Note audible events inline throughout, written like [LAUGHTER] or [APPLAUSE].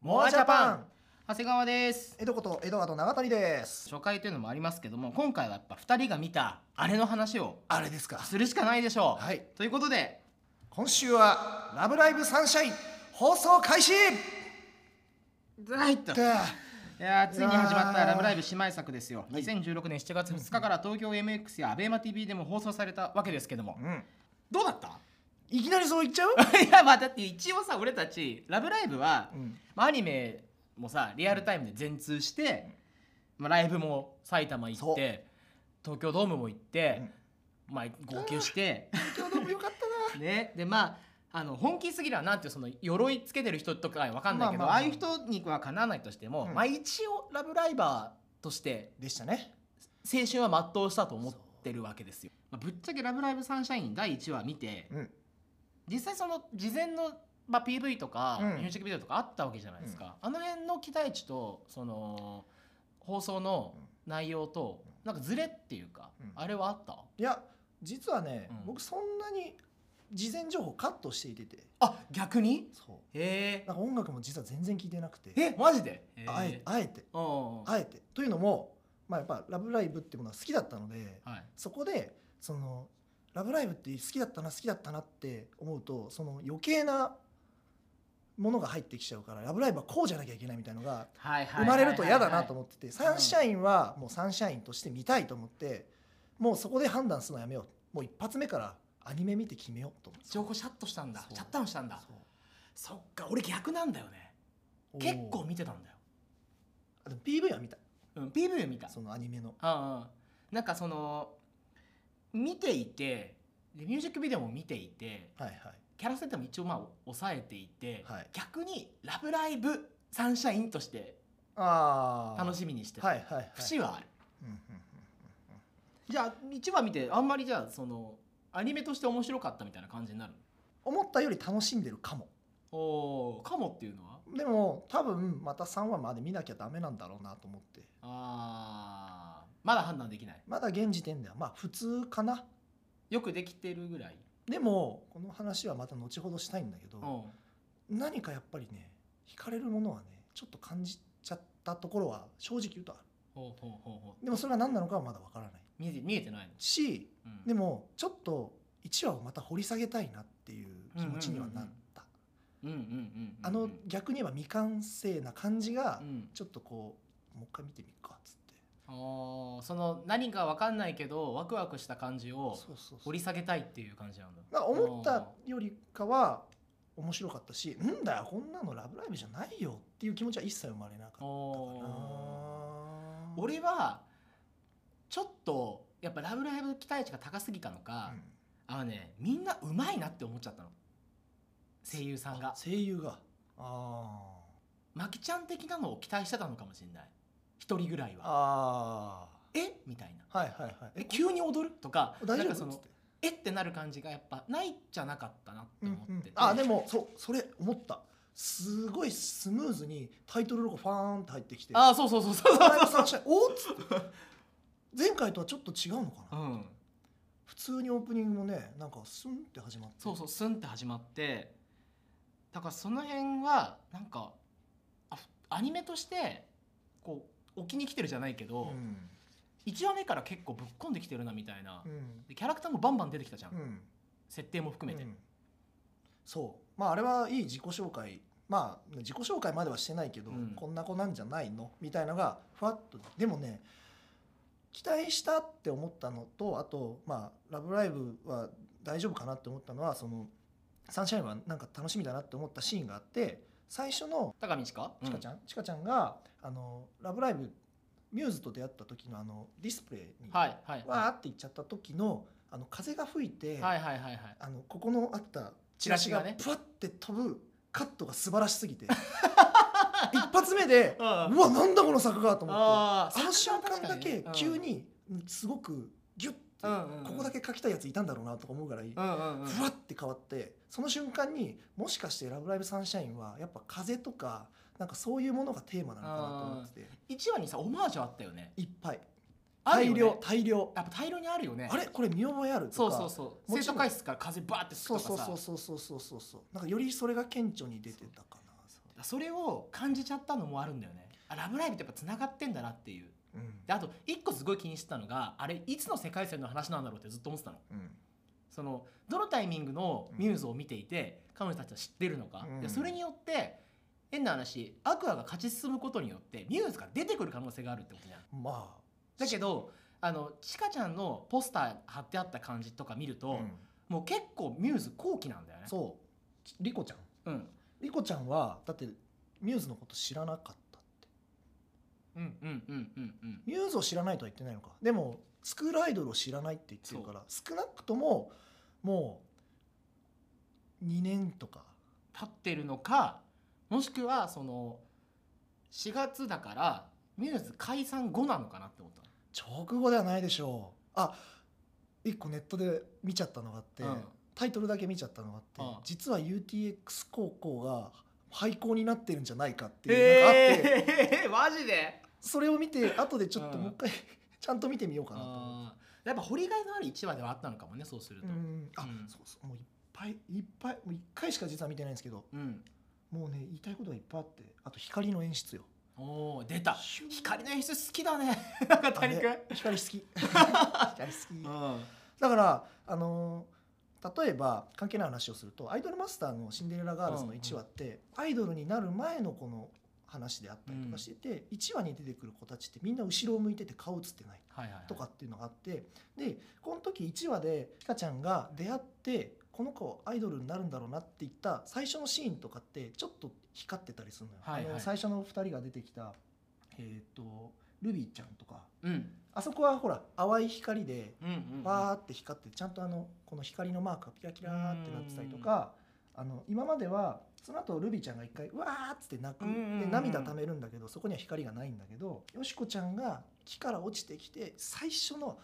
モアジャパン長谷川です江戸こと江戸川と長谷です初回というのもありますけども今回はやっぱ2人が見たあれの話をあれですかするしかないでしょう、はいということで今週は「ラブライブサンシャイン」放送開始はいとでいやーついに始まっいやた「ーラブライブ!」姉妹作ですよ、はい2016年7月2日から東京 MX や ABEMATV でも放送されたわけですけどもうんどうだったいきなりそう言っちゃう、 [LAUGHS] いやまあだって一応さ俺たち「ラブライブは」うんまあアニメもさリアルタイムで全通して、まあ、ライブも埼玉行って東京ドームも行って、まあ号泣して。今日でもよかったなねでまああの本気すぎるはなんていうその鎧つけてる人とかは分かんないけど、まああまああまあいう人にはかなわないとしても、うんまあ一応ラブライバーとしてでしたね青春は全うしたと思ってるわけですよ、まあぶっちゃけ「ラブライブサンシャイン」第1話見て、うん実際その事前の、まあ、PV とか、うんミュージックビデオとかあったわけじゃないですか、あの辺の期待値とその放送の内容となんかズレっていうか、うんあれはあったいや実はね、うん僕そんなに事前情報カットしていててあ逆にそへうなんか音楽も実は全然聞いてなくてええマジであえあえてうんあえてというのも、まあ、やっぱ「ラブライブ!」ってものは好きだったのではい、そこでその「ラブライブ!」って好きだったな好きだったなって思うとその余計なものが入ってきちゃうから「ラブライブ!」はこうじゃなきゃいけないみたいのがはいはい生まれると嫌だなと思思っててサンシャインはもうサンシャインとして見たいと思ってもうそこで判断するのやめようもう一発目からアニメ見て決めようと思って情報シャットしたんだそうシャッターンしたんだそっか俺逆なんだよねそう結構おー見てたんだよ、あでも PV は見たうん、PV 見たそのアニメのうんうんなんかその見ていてでミュージックビデオも見ていてはいはいキャラ設定も一応まあ抑えていて、はい逆に「ラブライブ!」サンシャインとしてああ楽みしみにしてた、はいはいはい節はあるうんうんうんじゃあ1話見てあんまりじゃあそのアニメとして面白かったみたいな感じになる思ったより楽しんでるかもおおかもっていうのはでも多分また3話まで見なきゃダメなんだろうなと思ってあーまだ判断できないまだ現時点ではまあ普通かなよくできてるぐらい、でもこの話はまた後ほどしたいんだけど、うん、何かやっぱりね惹かれるものはねちょっと感じちゃったところは正直言うとあるほうほうほうほうでもそれは何なのかはまだわからない見えて見えてないの、しうんでもちょっと1話をまた掘り下げたいなっていう気持ちにはなった、うんうんうんうんうんあの逆に言えば未完成な感じがうんちょっとこうもう一回見てみっかっつってあーその何かわかんないけどワクワクした感じをうそう掘り下げたいっていう感じなんだなんか思ったよりかは面白かったし「んだよこんなのラブライブじゃないよ」っていう気持ちは一切生まれなかったかおーな俺はちょっとやっぱ「ラブライブ!」期待値が高すぎたのか、うんあのねみんなうまいなって思っちゃったの声優さんが声優があマキちゃん的なのを期待してたのかもしれない一人ぐらいーはあえみたいなーはいはいはいえ急に踊るとか大なん丈か夫そっつっのてえってなる感じがやっぱないじゃなかったなってうんう思ってて、んあでもそうそれ思ったすごいスムーズにタイトルロゴファーンって入ってきてあそうそうそうそうラブライブサンシャインおーっつって前回とはちょっと違うのかうな、ん普通にオープニングもねなんかスンって始まってそうそうスンって始まってだからその辺はなんかあアニメとしてこう置きに来てるじゃないけど、うん1話目から結構ぶっ込んできてるなみたいな、うんでキャラクターもバンバン出てきたじゃん、うん設定も含めて、うんそうまああれはいい自己紹介まあ自己紹介まではしてないけど、うんこんな子なんじゃないのみたいなのがふわっとでもね期待したって思ったのとあと「まあ、ラブライブ!」は大丈夫かなって思ったのはそのサンシャインはなんか楽しみだなって思ったシーンがあって最初の高見知かちかちゃん、ちかちゃんが「あのラブライブ!」ミューズと出会った時のあのディスプレイにうんはいはいわーはって行っちゃった時のあの風が吹いて、いはいはいはいはいあのここのあったチラシがねチラシがプワって飛ぶカットが素晴らし [LAUGHS] すぎて一発目でううわなんだこの作画と思ってあーあの瞬間だ確けか急にすごくギュッてうんうんうんここだけ描きたいやついたんだろうなとか思うぐらいうんうんうんふわって変わってその瞬間にもしかして「ラブライブサンシャイン」はやっぱ風とかなんかそういうものがテーマなのかなと思ってて1話にさオマージュあったよねいっぱいあるよ大ね量大量やっぱ大量にあるよねあれこれ見覚えあるとかそうそうそうも生ち徒ろん会室から風バーって吹そうくとそうかさそうそうそうそうそうそうなんかよりそれが顕著に出てたかなってそれを感じちゃったのもあるんだよねあラブライブってやっぱつながってんだなっていううんであと一個すごい気にしてたのがあれいつの世界線の話なんだろうってずっと思ってたのうんそのどのタイミングのミューズを見ていて、彼女たちは知ってるのか、うんでそれによって変な話アクアが勝ち進むことによってミューズが出てくる可能性があるってことじゃんまだけどあのチカちゃんのポスター貼ってあった感じとか見るあ、と、うんもう結構ミューズ後期なんだよねそうちリコちゃんうん、リコちゃんはだってミューズのこと知らなかったってうんうんうんうんうんミューズを知らないとは言ってないのかでもスクールアイドルを知らないって言ってるから少なくとももう2年とか立ってるのかもしくはその4月だからミューズ解散後なのかなって思ったの直後ではないでしょうあ一個ネットで見ちゃったのがあって、うんタイトルだけ見ちゃったのがあって、うん実は UTX 高校が廃校になってるんじゃないかっていうのがあって、えー、マジでそれを見て後でちょっとうんもう一回 [LAUGHS] ちゃんと見てみようかなと思って。あーやっぱ掘りがいのある1話ではあったのかもねそうすると、ううんんあ、うんそうそうもういっぱいいっぱいもう一回しか実は見てないんですけどもうね言いたいことがいっぱいあってあと光の演出よおお出たシュー光の演出好きだ [LAUGHS] ね中谷君、光好 [LAUGHS] うき光好きん、だからあのー例えば関係ない話をするとアイドルマスターの「シンデレラガールズ」の1話ってアイドルになる前のこの話であったりとかしてて1話に出てくる子たちってみんな後ろを向いてて顔映ってないはいはいはいとかっていうのがあってでこの時1話でひかちゃんが出会ってこの子アイドルになるんだろうなって言った最初のシーンとかってちょっと光ってたりするのよ、はいはいあの最初の2人が出てきたえっ、とルビーちゃんとかうんあそこはほら淡い光でうんうんうんわーって光ってちゃんとあのこの光のマークがキラキラーってなってたりとかあの今まではその後ルビーちゃんが一回うわーっつって泣くうんうんうんで涙溜めるんだけどそこには光がないんだけどよしこちゃんが木から落ちてきて最初のうわ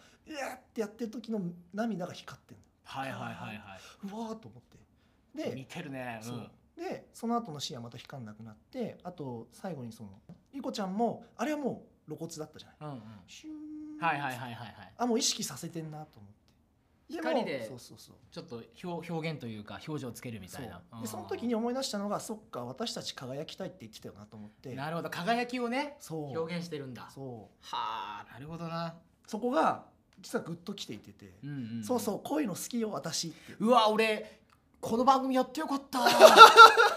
ーってやってる時の涙が光ってんはいはいはいはのうわーと思っていで似てるねうんそうでその後のシーンはまた光んなくなってあと最後にそのリコちゃんもあれはもう露骨だったじゃないうんうんシューンはいはいはいはいはいあもう意識させてんなと思っても光でそうそうそうちょっと表表現というか表情をつけるみたいなそううんでその時に思い出したのがそっか私たち輝きたいって言ってたよなと思ってなるほど輝きをねそう表現してるんだそうはあなるほどな、そこが実はグッときていてて、うんうんんそうそう恋の好きよ私ってうわ俺この番組やってよかった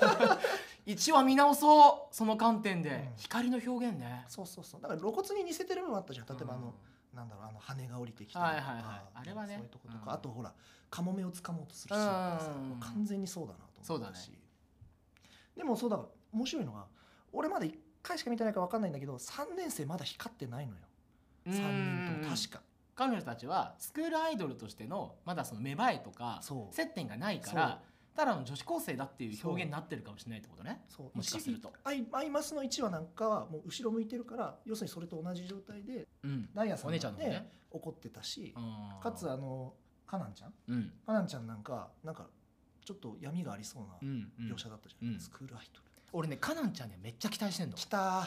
[LAUGHS] 一話見直そうその観点で、うん光の表現ねそうそうそうだから露骨に似せてる部分あったじゃん例えばあの、うなんだろうあの羽が降りてきたはいりはといはいかあれはねそういうとことか、うんあとほらカモメをつかもうとするシーンとかさうんもう完全にそうだなと思ったし、でもそうだ面白いのが俺まだ1回しか見てないから分かんないんだけど3年生まだ光ってないのよん3人とも確か彼女たちはスクールアイドルとしてのまだその芽生えとかそう接点がないからただの女子高生だっていう表現になってるかもしれないってことねそうもしかするとアイアイマスの1話なんかはもう後ろ向いてるから要するにそれと同じ状態でうんダイヤさおん姉だちゃんっの方てね怒ってたし、うんかつあのカナンちゃんうんカナンちゃんなんかなんかちょっと闇がありそううなんうん描写だったじゃない、うんスクールアイドル俺ねカナンちゃんねめっちゃ期待してんの来たー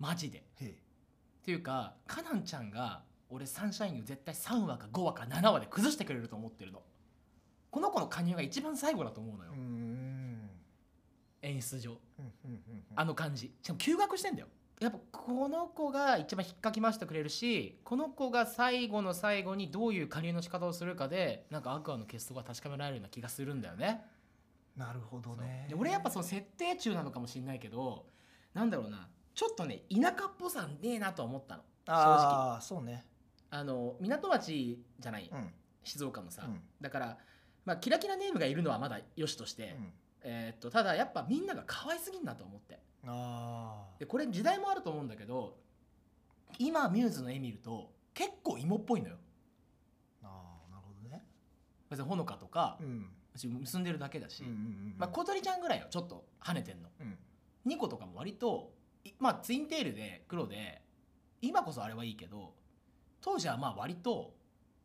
マジでへえっていうかカナンちゃんが俺サンシャインを絶対3話か5話か7話で崩してくれると思ってるのこの子の加入が一番最後だと思うのうよ、ーん演出上うんうんうんうんあの感じしかも休学してんだよやっぱこの子が一番引っかき回してくれるしこの子が最後の最後にどういう加入の仕方をするかでなんかアクアの結束が確かめられるような気がするんだよねなるほどねで俺やっぱその設定中なのかもしれないけどなんだろうなちょっとね田舎っぽさねえなとは思ったのああそうねあの港町じゃないうん静岡のさ、うんだから、まあ、キラキラネームがいるのはまだよしとして、うんえーっとただやっぱみんなが可愛すぎんなと思ってああでこれ時代もあると思うんだけど今ミューズの絵見ると結構芋っぽいのよあーなるほどね別にほのかとかうん、私結んでるだけだし、うんうんうんまあ、小鳥ちゃんぐらいよちょっと跳ねてんのうんニコとかも割といまあツインテールで黒で今こそあれはいいけど当時はまあ割と、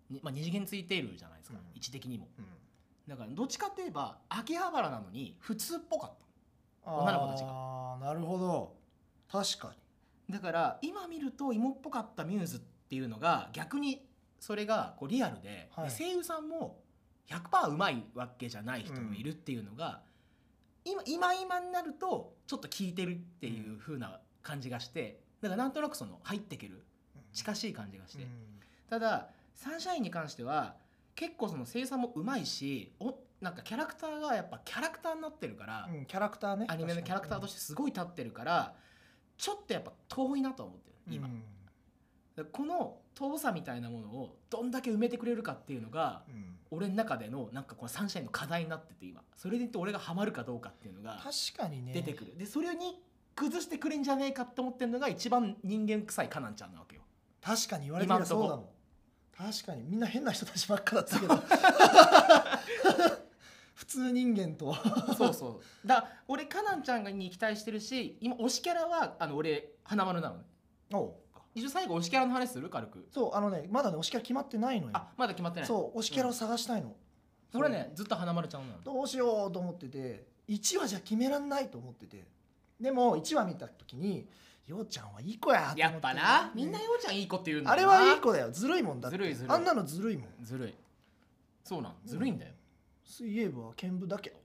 にまあ、二次元ツインテールじゃないですか、うん位置的にもうんだからどっちかといえば秋葉原なのに普通っぽかった女の子たちがあーなるほど確かだから今見ると芋っぽかったミューズっていうのが逆にそれがこうリアルで,、はいで声優さんも100%うまいわけじゃない人もいるっていうのが、今今今になるとちょっと効いてるっていう風な感じがしてだからなんとなくその入ってける近しい感じがして、うんただサンシャインに関しては結構その生産もうまいしおなんかキャラクターがやっぱキャラクターになってるから、うんキャラクターねアニメのキャラクターとしててすごい立ってるからちょっとやっぱ遠いなとは思ってる今、うんだからこの遠さみたいなものをどんだけ埋めてくれるかっていうのがうん俺の中でのなんかこのサンシャインの課題になってて今それでいって俺がハマるかどうかっていうのが確かにね出てくる、でそれに崩してくれんじゃねえかって思ってるのが一番人間臭いカナンちゃんなわけよ確かに言われてみればそうだ今もん確かにみんな変な人たちばっかだった [LAUGHS] けど普通人間とそうそうだから俺カナンちゃんに期待してるし今推しキャラはあの俺花丸なのね一応最後推しキャラの話する軽くそうあのねまだね推しキャラ決まってないのよあまだ決まってないそう推しキャラを探したいの、俺ねずっと花丸ちゃんなのどうしようと思ってて1話じゃ決めらんないと思っててでも1話見た時にようちゃんはいい子やと思ってやっぱなみんなようちゃんいい子って言うんだあれよなはいい子だよずるいもんだってずるいずるいあんなのずるいもんずるいそうなんずるいんだよ、水泳部は剣舞だけど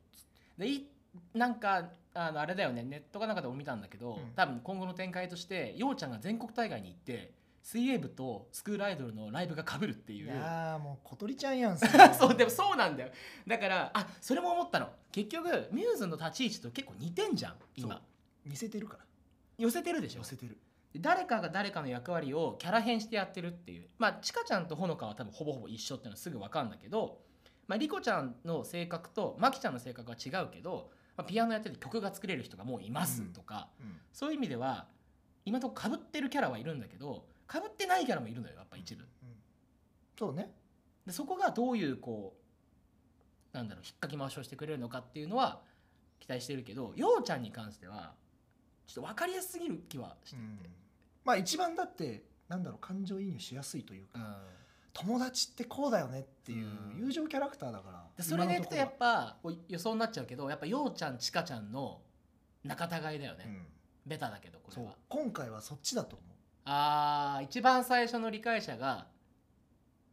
でいなんかあのあれだよねネットかなんかでも見たんだけど、うん多分今後の展開としてようちゃんが全国大会に行って水泳部とスクールアイドルのライブが被るっていいうやーもう小鳥ちゃんやんそ [LAUGHS] そうでもそうなんだよだからあそれも思ったの結局ミューズの立ち位置と結構似てんじゃんそ今う似せてるから寄せてるでしょ寄せてるで誰かが誰かの役割をキャラ変してやってるっていうまあちかちゃんとほのかは多分ほぼほぼ一緒っていうのはすぐ分かるんだけど、まあ、リコちゃんの性格とまきちゃんの性格は違うけど、まあ、ピアノやってて曲が作れる人がもういますとか、うんそういう意味では今のとこかぶってるキャラはいるんだけどかぶってないキャラもいるのよやっぱ一部。うんそうねでそこがどういうこうなんだろう引っかき回しをしてくれるのかっていうのは期待してるけどようちゃんに関してはちょっと分かりやすすぎる気はしていて。まあ一番だってなんだろう感情移入しやすいというか、うん友達ってこうだよねっていううん友情キャラクターだから、でそれでい今のくとところやはっぱこう予想になっちゃうけどやっぱようちゃんちかちゃんの仲違いだよね、うんベタだけどこそれうは今回はそっちだと思うあー一番最初の理解者が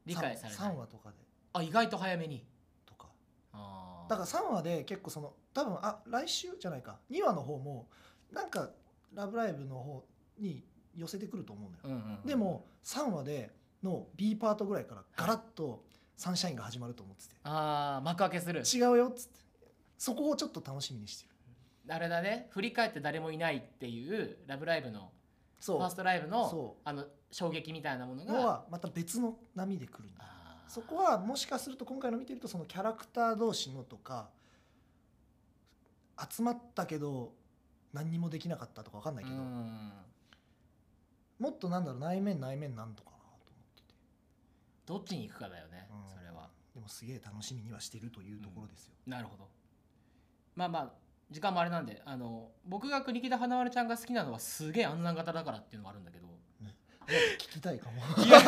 理解され3ない話とかであ意外と早めにとかあーだから3話で結構その多分あ来週じゃないか2話の方もなんか「ラブライブ!」の方に寄せてくると思うのよ、うんうんうんでも3話での B パートぐらいからガラッとサンシャインが始まると思っててあー幕開けする [LAUGHS] 違うよっつってそこをちょっと楽しみにしてるあれだね振り返って誰もいないっていう「ラブライブ!」のフそうァーストライブのそあの衝撃みたいなものうのがはまた別の波で来るんだあーそこはもしかすると今回の見てるとそのキャラクター同士のとか集まったけど何にもできなかったとか分かんないうけど、んもっとなんだろう内面内面なんとかなと思ってて、どっちに行くかだよね、うんそれはでもすげえ楽しみにはしてるというところですよ、なるほどまあまあ時間もあれなんであの僕が国木田花丸ちゃんが好きなのはすげえ安南型だからっていうのもあるんだけど聞きたいかも [LAUGHS] いや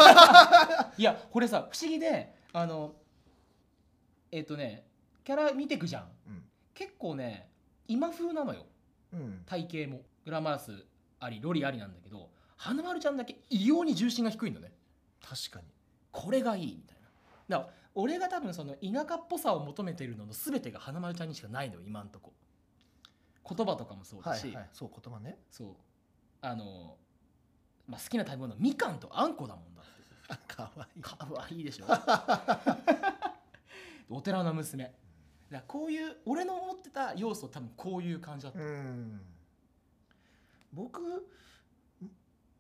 いやこれさ不思議であのえっ、とねキャラ見てくじゃんうん、結構ね今風なのようん、体型もグラマラスありロリありなんだけど花丸ちゃんだけ異様に重心が低いのね確かにこれがいいみたいなだから俺が多分その田舎っぽさを求めてるのの全てが花丸ちゃんにしかないのよ今んとこ言葉とかもそうだはし、い、はい、そう言葉ね [LAUGHS] そうあの、まあ、好きな食べ物はみかんとあんこだもんだってあかわいいかわいいでしょ [LAUGHS] お寺の娘だからこういう俺の思ってた要素多分こういう感じだった、うん僕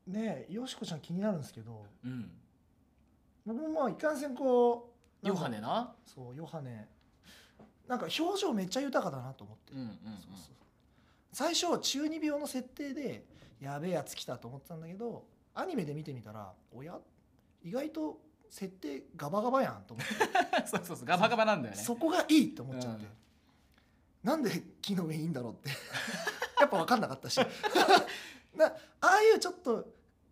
ねえよしこちゃん気になるんですけどうん、僕もまあいかんせんこうなんヨかハネなそうヨハネなんか表情めっちゃ豊かだなと思って、うんうんうんそうそう最初中二病の設定でやべえやつ来たと思ってたんだけどアニメで見てみたらおや意外と設定ガバガバやんと思って、そうそうそうガバガバなんだよねそこがいいと思っちゃって、うんなんで木の上いいんだろうって [LAUGHS] やっぱ分かんなかったし [LAUGHS] なああいうちょっと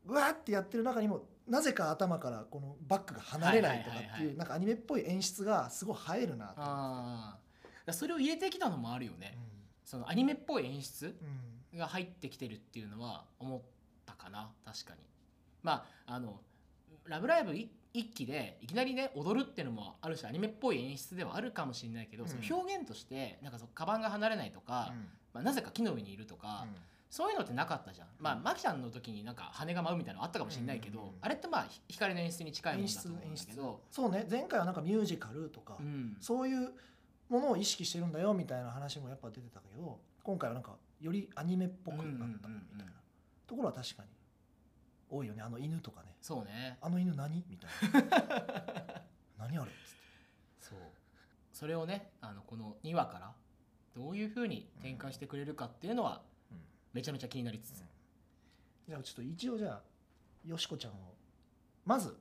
うわーってやってる中にもなぜか頭からこのバックが離れないとかはいっはいてはいいはうなんかアニメっぽい演出がすごい映えるなと思あっーだからそれを入れてきたのもあるよてねて、そのアニメっぽい演出うんうんが入ってきてるっていうのは思ったかな確かにまああのラブライブい一期でいきなりね踊るっていうのもあるしアニメっぽい演出ではあるかもしれないけど、うんその表現としてなんかそのカバンが離れないとか、まあ、なぜか木の上にいるとか、そういうのってなかったじゃん。まあマキちゃんの時になんか羽が舞うみたいなのあったかもしれないけど、うんうんうんあれってまあひ光の演出に近いも演のだ出と思うん演だけ出ど、そうね前回はなんかミュージカルとか、うん、そういうものを意識してるんだよみたいな話もやっぱ出てたけど今回はなんかよりアニメっぽくなったみたういな、んうんうんうんところは確かに多いよねあの犬とかねそうね。あの犬何みたい [LAUGHS] な何あれっつってそうそれをねあのこの2話からどういうふうに展開してくれるかっていうのはうんめちゃめちゃ気になりつつ、じゃあちょっと一応じゃあよしこちゃんをまず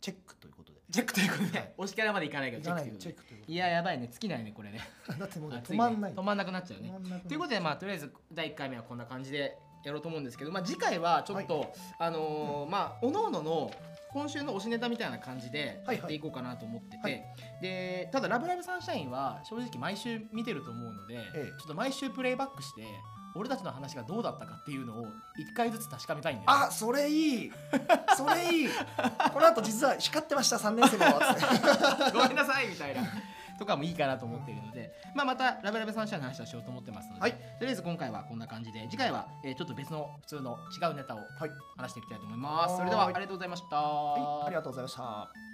チェックということでチェックということはいで推しキャラまでいかないけいどかないよチチェェッッククということといでややばいね尽きないねこれねだってもうねあつい止ねまんない止まんなくなっちゃう止ねまんなくなっちゃということでまあとりあえず第1回目はこんな感じでやろうと思うんですけど、まあ、次回はちょっと、あのーまあおのおのの今週の推しネタみたいな感じではいはいやっていこうかなと思ってて、はいでただ「ラブライブサンシャイン」は正直毎週見てると思うので、ええちょっと毎週プレイバックして俺たちの話がどうだったかっていうのを1回ずつ確かめたいんだよね、あそれいいそれいいこの後実は光ってました3年生の終わって [LAUGHS] ごめんなさいみたいな。とかもいいかなと思っているので、まあ、また「ラブライブサンシャイン」の話をしようと思ってますので、はいとりあえず今回はこんな感じで次回は、えーちょっと別の普通の違うネタをはい、話していきたいと思います。それではあはりいがとうございました。はい、ありがとうございました